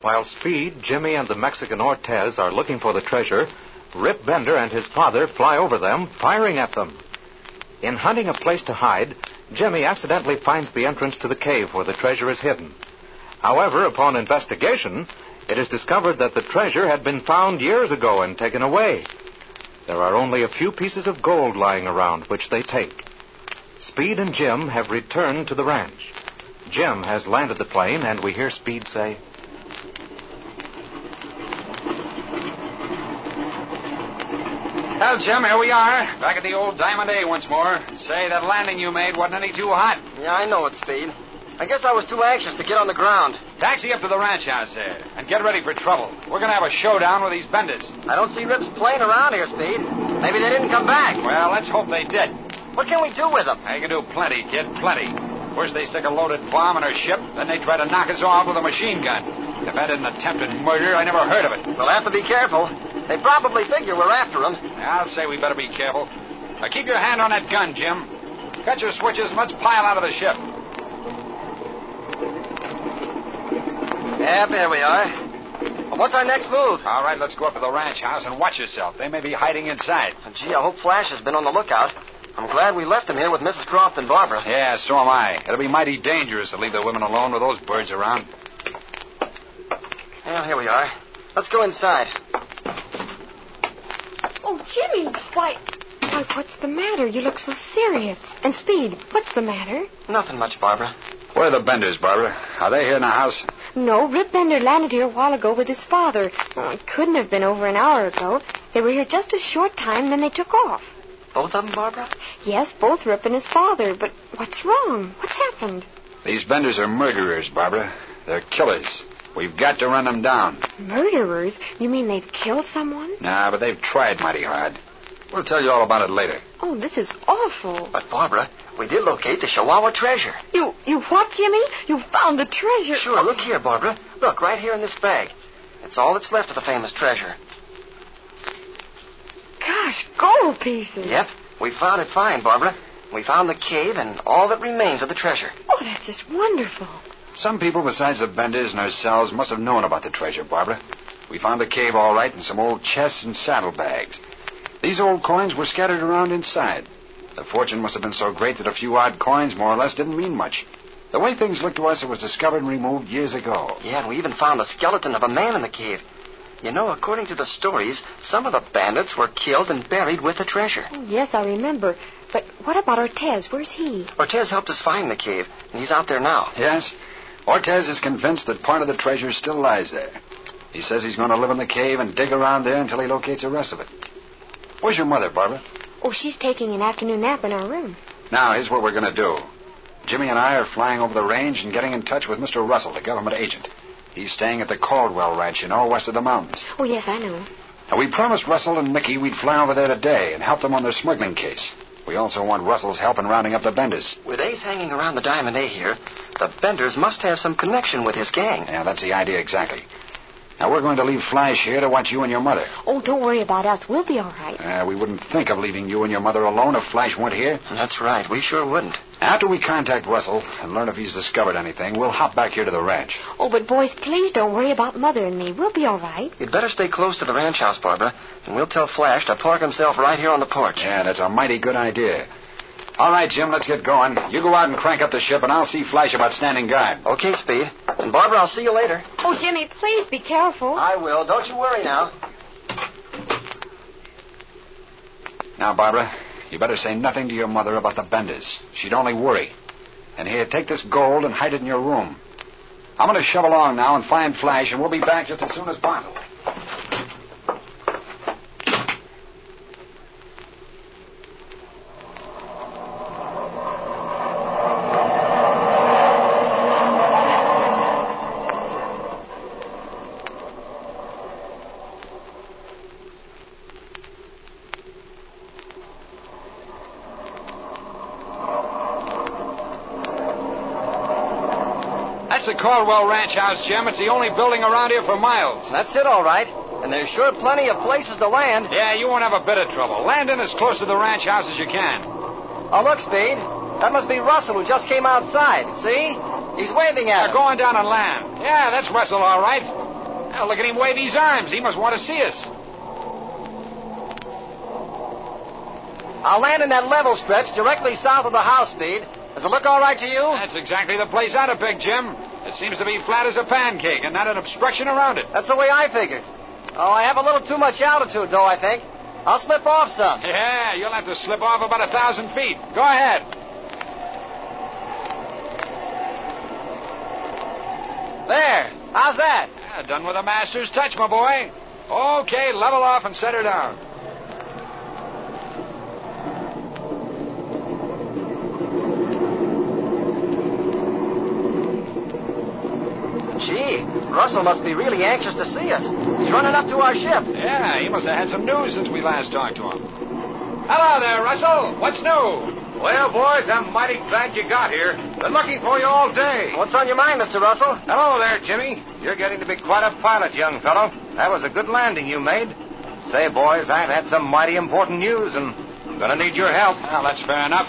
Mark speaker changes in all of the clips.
Speaker 1: While Speed, Jimmy, and the Mexican Ortez are looking for the treasure, Rip Bender and his father fly over them, firing at them. In hunting a place to hide, Jimmy accidentally finds the entrance to the cave where the treasure is hidden. However, upon investigation, it is discovered that the treasure had been found years ago and taken away. There are only a few pieces of gold lying around, which they take. Speed and Jim have returned to the ranch. Jim has landed the plane, and we hear Speed say,
Speaker 2: Well, Jim, here we are, back at the old Diamond A once more. Say, that landing you made wasn't any too hot.
Speaker 3: Yeah, I know it, Speed. I guess I was too anxious to get on the ground.
Speaker 2: Taxi up to the ranch house there and get ready for trouble. We're going to have a showdown with these benders.
Speaker 3: I don't see Rip's plane around here, Speed. Maybe they didn't come back.
Speaker 2: Well, let's hope they did.
Speaker 3: What can we do with them?
Speaker 2: Now, you can do plenty, kid, plenty. First, they stick a loaded bomb in our ship, then they try to knock us off with a machine gun. If that isn't attempted murder, I never heard of it.
Speaker 3: We'll have to be careful. They probably figure we're after them.
Speaker 2: I'll say we better be careful. Now, keep your hand on that gun, Jim. Cut your switches and let's pile out of the ship.
Speaker 3: Yep, here we are. Well, what's our next move?
Speaker 2: All right, let's go up to the ranch house and watch yourself. They may be hiding inside.
Speaker 3: Gee, I hope Flash has been on the lookout. I'm glad we left him here with Mrs. Croft and Barbara.
Speaker 2: Yeah, so am I. It'll be mighty dangerous to leave the women alone with those birds around.
Speaker 3: Well, here we are. Let's go inside.
Speaker 4: Oh, Jimmy, why, why, what's the matter? You look so serious. And Speed, what's the matter?
Speaker 3: Nothing much, Barbara.
Speaker 2: Where are the benders, Barbara? Are they here in the house?
Speaker 4: No, Rip Bender landed here a while ago with his father. Oh, it couldn't have been over an hour ago. They were here just a short time, then they took off.
Speaker 3: Both of them, Barbara?
Speaker 4: Yes, both Rip and his father. But what's wrong? What's happened?
Speaker 2: These benders are murderers, Barbara. They're killers. We've got to run them down.
Speaker 4: Murderers? You mean they've killed someone?
Speaker 2: Nah, but they've tried mighty hard. We'll tell you all about it later.
Speaker 4: Oh, this is awful.
Speaker 3: But, Barbara, we did locate the Chihuahua treasure.
Speaker 4: You, you what, Jimmy? You found the treasure.
Speaker 3: Sure, look here, Barbara. Look, right here in this bag. That's all that's left of the famous treasure.
Speaker 4: Gosh, gold pieces.
Speaker 3: Yep, we found it fine, Barbara. We found the cave and all that remains of the treasure.
Speaker 4: Oh, that's just wonderful.
Speaker 2: Some people besides the benders and ourselves must have known about the treasure, Barbara. We found the cave all right and some old chests and saddlebags. These old coins were scattered around inside. The fortune must have been so great that a few odd coins, more or less, didn't mean much. The way things looked to us, it was discovered and removed years ago.
Speaker 3: Yeah, and we even found the skeleton of a man in the cave. You know, according to the stories, some of the bandits were killed and buried with the treasure.
Speaker 4: Oh, yes, I remember. But what about Ortez? Where's he?
Speaker 3: Ortez helped us find the cave, and he's out there now.
Speaker 2: Yes? Ortez is convinced that part of the treasure still lies there. He says he's going to live in the cave and dig around there until he locates the rest of it. Where's your mother, Barbara?
Speaker 4: Oh, she's taking an afternoon nap in our room.
Speaker 2: Now, here's what we're going to do. Jimmy and I are flying over the range and getting in touch with Mr. Russell, the government agent. He's staying at the Caldwell Ranch, you know, west of the mountains.
Speaker 4: Oh, yes, I know.
Speaker 2: Now, we promised Russell and Mickey we'd fly over there today and help them on their smuggling case. We also want Russell's help in rounding up the Benders.
Speaker 3: With Ace hanging around the Diamond A here, the Benders must have some connection with his gang.
Speaker 2: Yeah, that's the idea exactly. Now, we're going to leave Flash here to watch you and your mother.
Speaker 4: Oh, don't worry about us. We'll be all right.
Speaker 2: Uh, we wouldn't think of leaving you and your mother alone if Flash weren't here.
Speaker 3: That's right, we sure wouldn't.
Speaker 2: After we contact Russell and learn if he's discovered anything, we'll hop back here to the ranch.
Speaker 4: Oh, but boys, please don't worry about Mother and me. We'll be all right.
Speaker 3: You'd better stay close to the ranch house, Barbara, and we'll tell Flash to park himself right here on the porch.
Speaker 2: Yeah, that's a mighty good idea. All right, Jim, let's get going. You go out and crank up the ship, and I'll see Flash about standing guard.
Speaker 3: Okay, Speed. And Barbara, I'll see you later.
Speaker 4: Oh, Jimmy, please be careful.
Speaker 3: I will. Don't you worry now.
Speaker 2: Now, Barbara, you better say nothing to your mother about the benders. She'd only worry. And here, take this gold and hide it in your room. I'm going to shove along now and find Flash, and we'll be back just as soon as possible. That's the Caldwell Ranch House, Jim. It's the only building around here for miles.
Speaker 3: That's it, all right. And there's sure plenty of places to land.
Speaker 2: Yeah, you won't have a bit of trouble. Land in as close to the ranch house as you can.
Speaker 3: Oh, look, Speed. That must be Russell who just came outside. See? He's waving at us.
Speaker 2: They're going down and land. Yeah, that's Russell, all right. Now, look at him wave his arms. He must want to see us.
Speaker 3: I'll land in that level stretch directly south of the house speed. Does it look all right to you?
Speaker 2: That's exactly the place I'd have picked, Jim. It seems to be flat as a pancake and not an obstruction around it.
Speaker 3: That's the way I figured. Oh, I have a little too much altitude, though, I think. I'll slip off some.
Speaker 2: Yeah, you'll have to slip off about a thousand feet. Go ahead.
Speaker 3: There. How's that?
Speaker 2: Yeah, done with a master's touch, my boy. Okay, level off and set her down.
Speaker 3: Gee, Russell must be really anxious to see us. He's running up to our ship.
Speaker 2: Yeah, he must have had some news since we last talked to him. Hello there, Russell. What's new?
Speaker 1: Well, boys, I'm mighty glad you got here. Been looking for you all day.
Speaker 3: What's on your mind, Mr. Russell?
Speaker 1: Hello there, Jimmy. You're getting to be quite a pilot, young fellow. That was a good landing you made. Say, boys, I've had some mighty important news, and I'm going to need your help.
Speaker 2: Well, that's fair enough.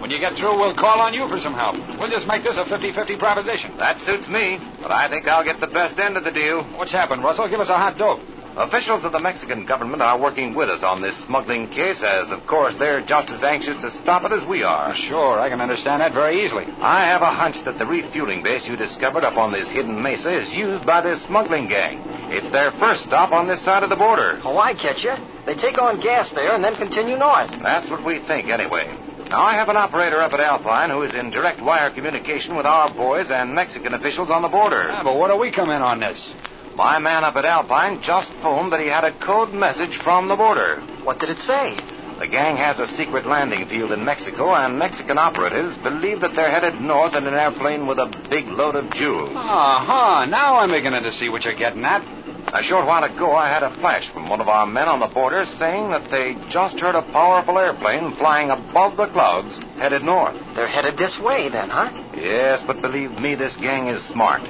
Speaker 2: When you get through, we'll call on you for some help. We'll just make this a 50 50 proposition.
Speaker 1: That suits me, but I think I'll get the best end of the deal.
Speaker 2: What's happened, Russell? Give us a hot dope.
Speaker 1: Officials of the Mexican government are working with us on this smuggling case, as, of course, they're just as anxious to stop it as we are.
Speaker 2: Uh, Sure, I can understand that very easily.
Speaker 1: I have a hunch that the refueling base you discovered up on this hidden mesa is used by this smuggling gang. It's their first stop on this side of the border.
Speaker 3: Oh, I catch you. They take on gas there and then continue north.
Speaker 1: That's what we think, anyway. Now, I have an operator up at Alpine who is in direct wire communication with our boys and Mexican officials on the border.
Speaker 2: Yeah, Ah, but what do we come in on this?
Speaker 1: My man up at Alpine just phoned that he had a code message from the border.
Speaker 3: What did it say?
Speaker 1: The gang has a secret landing field in Mexico, and Mexican operatives believe that they're headed north in an airplane with a big load of jewels.
Speaker 2: Aha, Uh-huh, now I'm beginning to see what you're getting at.
Speaker 1: A short while ago, I had a flash from one of our men on the border saying that they just heard a powerful airplane flying above the clouds headed north.
Speaker 3: They're headed this way, then, huh?
Speaker 1: Yes, but believe me, this gang is smart.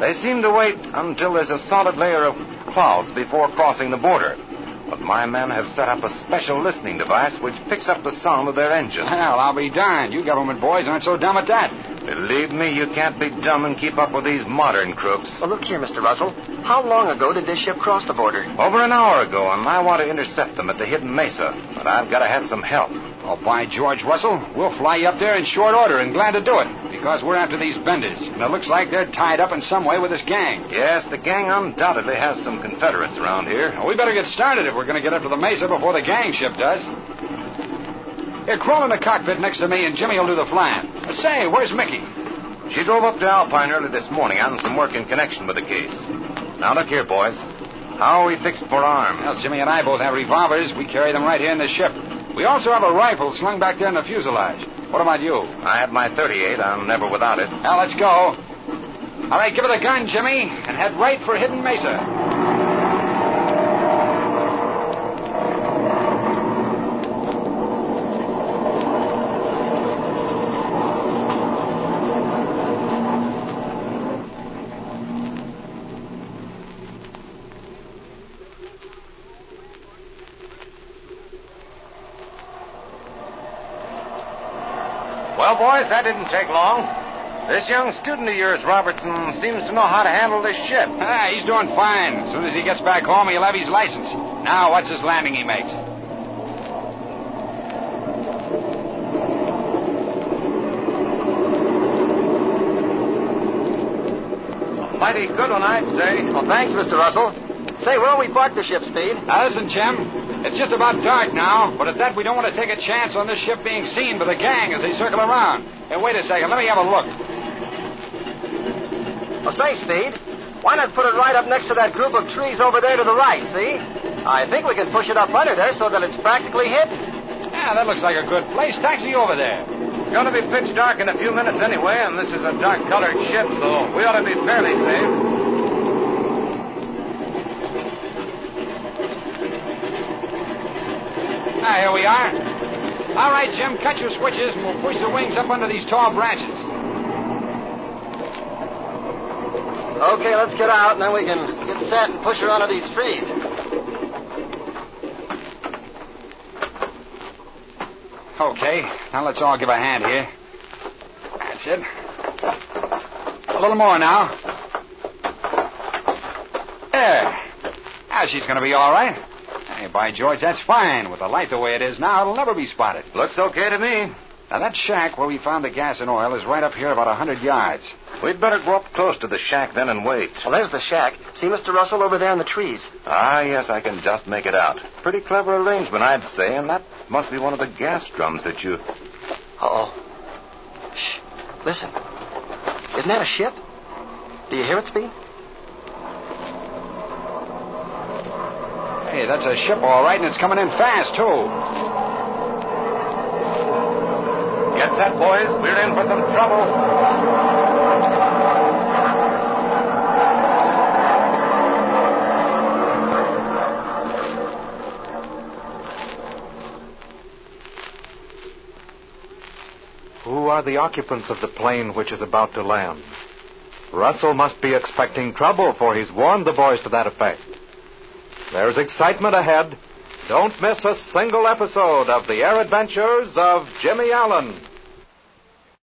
Speaker 1: They seem to wait until there's a solid layer of clouds before crossing the border. But my men have set up a special listening device which picks up the sound of their engine.
Speaker 2: Well, I'll be darned. You government boys aren't so dumb at that.
Speaker 1: Believe me, you can't be dumb and keep up with these modern crooks.
Speaker 3: Well, look here, Mr. Russell. How long ago did this ship cross the border?
Speaker 1: Over an hour ago, and I want to intercept them at the hidden mesa, but I've got to have some help.
Speaker 2: Oh, by George, Russell, we'll fly you up there in short order and glad to do it because we're after these benders, and it looks like they're tied up in some way with this gang.
Speaker 1: Yes, the gang undoubtedly has some Confederates around here.
Speaker 2: Well, we better get started if we're going to get up to the mesa before the gang ship does. Here, crawl in the cockpit next to me, and Jimmy will do the flying. Uh, Say, where's Mickey?
Speaker 1: She drove up to Alpine early this morning on some work in connection with the case. Now, look here, boys. How are we fixed for arms?
Speaker 2: Well, Jimmy and I both have revolvers. We carry them right here in the ship. We also have a rifle slung back there in the fuselage. What about you?
Speaker 1: I have my 38. I'm never without it.
Speaker 2: Now, let's go. All right, give her the gun, Jimmy, and head right for Hidden Mesa.
Speaker 1: Well, boys, that didn't take long. This young student of yours, Robertson, seems to know how to handle this ship.
Speaker 2: Ah, he's doing fine. As soon as he gets back home, he'll have his license. Now, watch this landing he makes.
Speaker 1: Mighty good one, I'd say.
Speaker 3: Well, thanks, Mr. Russell. Say, where'll we park the ship, Speed?
Speaker 2: Now, listen, Jim. It's just about dark now, but at that, we don't want to take a chance on this ship being seen by the gang as they circle around. Hey, wait a second. Let me have a look.
Speaker 3: Well, Oh, say, Speed, why not put it right up next to that group of trees over there to the right, see? I think we can push it up under there so that it's practically hidden.
Speaker 2: Yeah, that looks like a good place. Taxi over there.
Speaker 1: It's going to be pitch dark in a few minutes anyway, and this is a dark colored ship, so we ought to be fairly safe.
Speaker 2: Ah, here we are. All right, Jim, cut your switches and we'll push the wings up under these tall branches.
Speaker 3: Okay, let's get out, and then we can get set and push her under these trees.
Speaker 2: Okay, now let's all give a hand here. That's it. A little more now. There, Now she's going to be all right. Hey, by George, that's fine. With the light the way it is now, it'll never be spotted.
Speaker 3: Looks okay to me.
Speaker 2: Now, that shack where we found the gas and oil is right up here about a 100 yards.
Speaker 1: We'd better go up close to the shack then and wait.
Speaker 3: Well, there's the shack. See Mr. Russell over there in the trees.
Speaker 1: Ah, yes, I can just make it out. Pretty clever arrangement, I'd say, and that must be one of the gas drums that you.
Speaker 3: Uh-oh. Shh. Listen. Isn't that a ship? Do you hear it speak?
Speaker 2: Hey, that's a ship, all right, and it's coming in fast, too.
Speaker 1: Get set, boys. We're in for some trouble. Who are the occupants of the plane which is about to land? Russell must be expecting trouble, for he's warned the boys to that effect. There's excitement ahead. Don't miss a single episode of The Air Adventures of Jimmy Allen.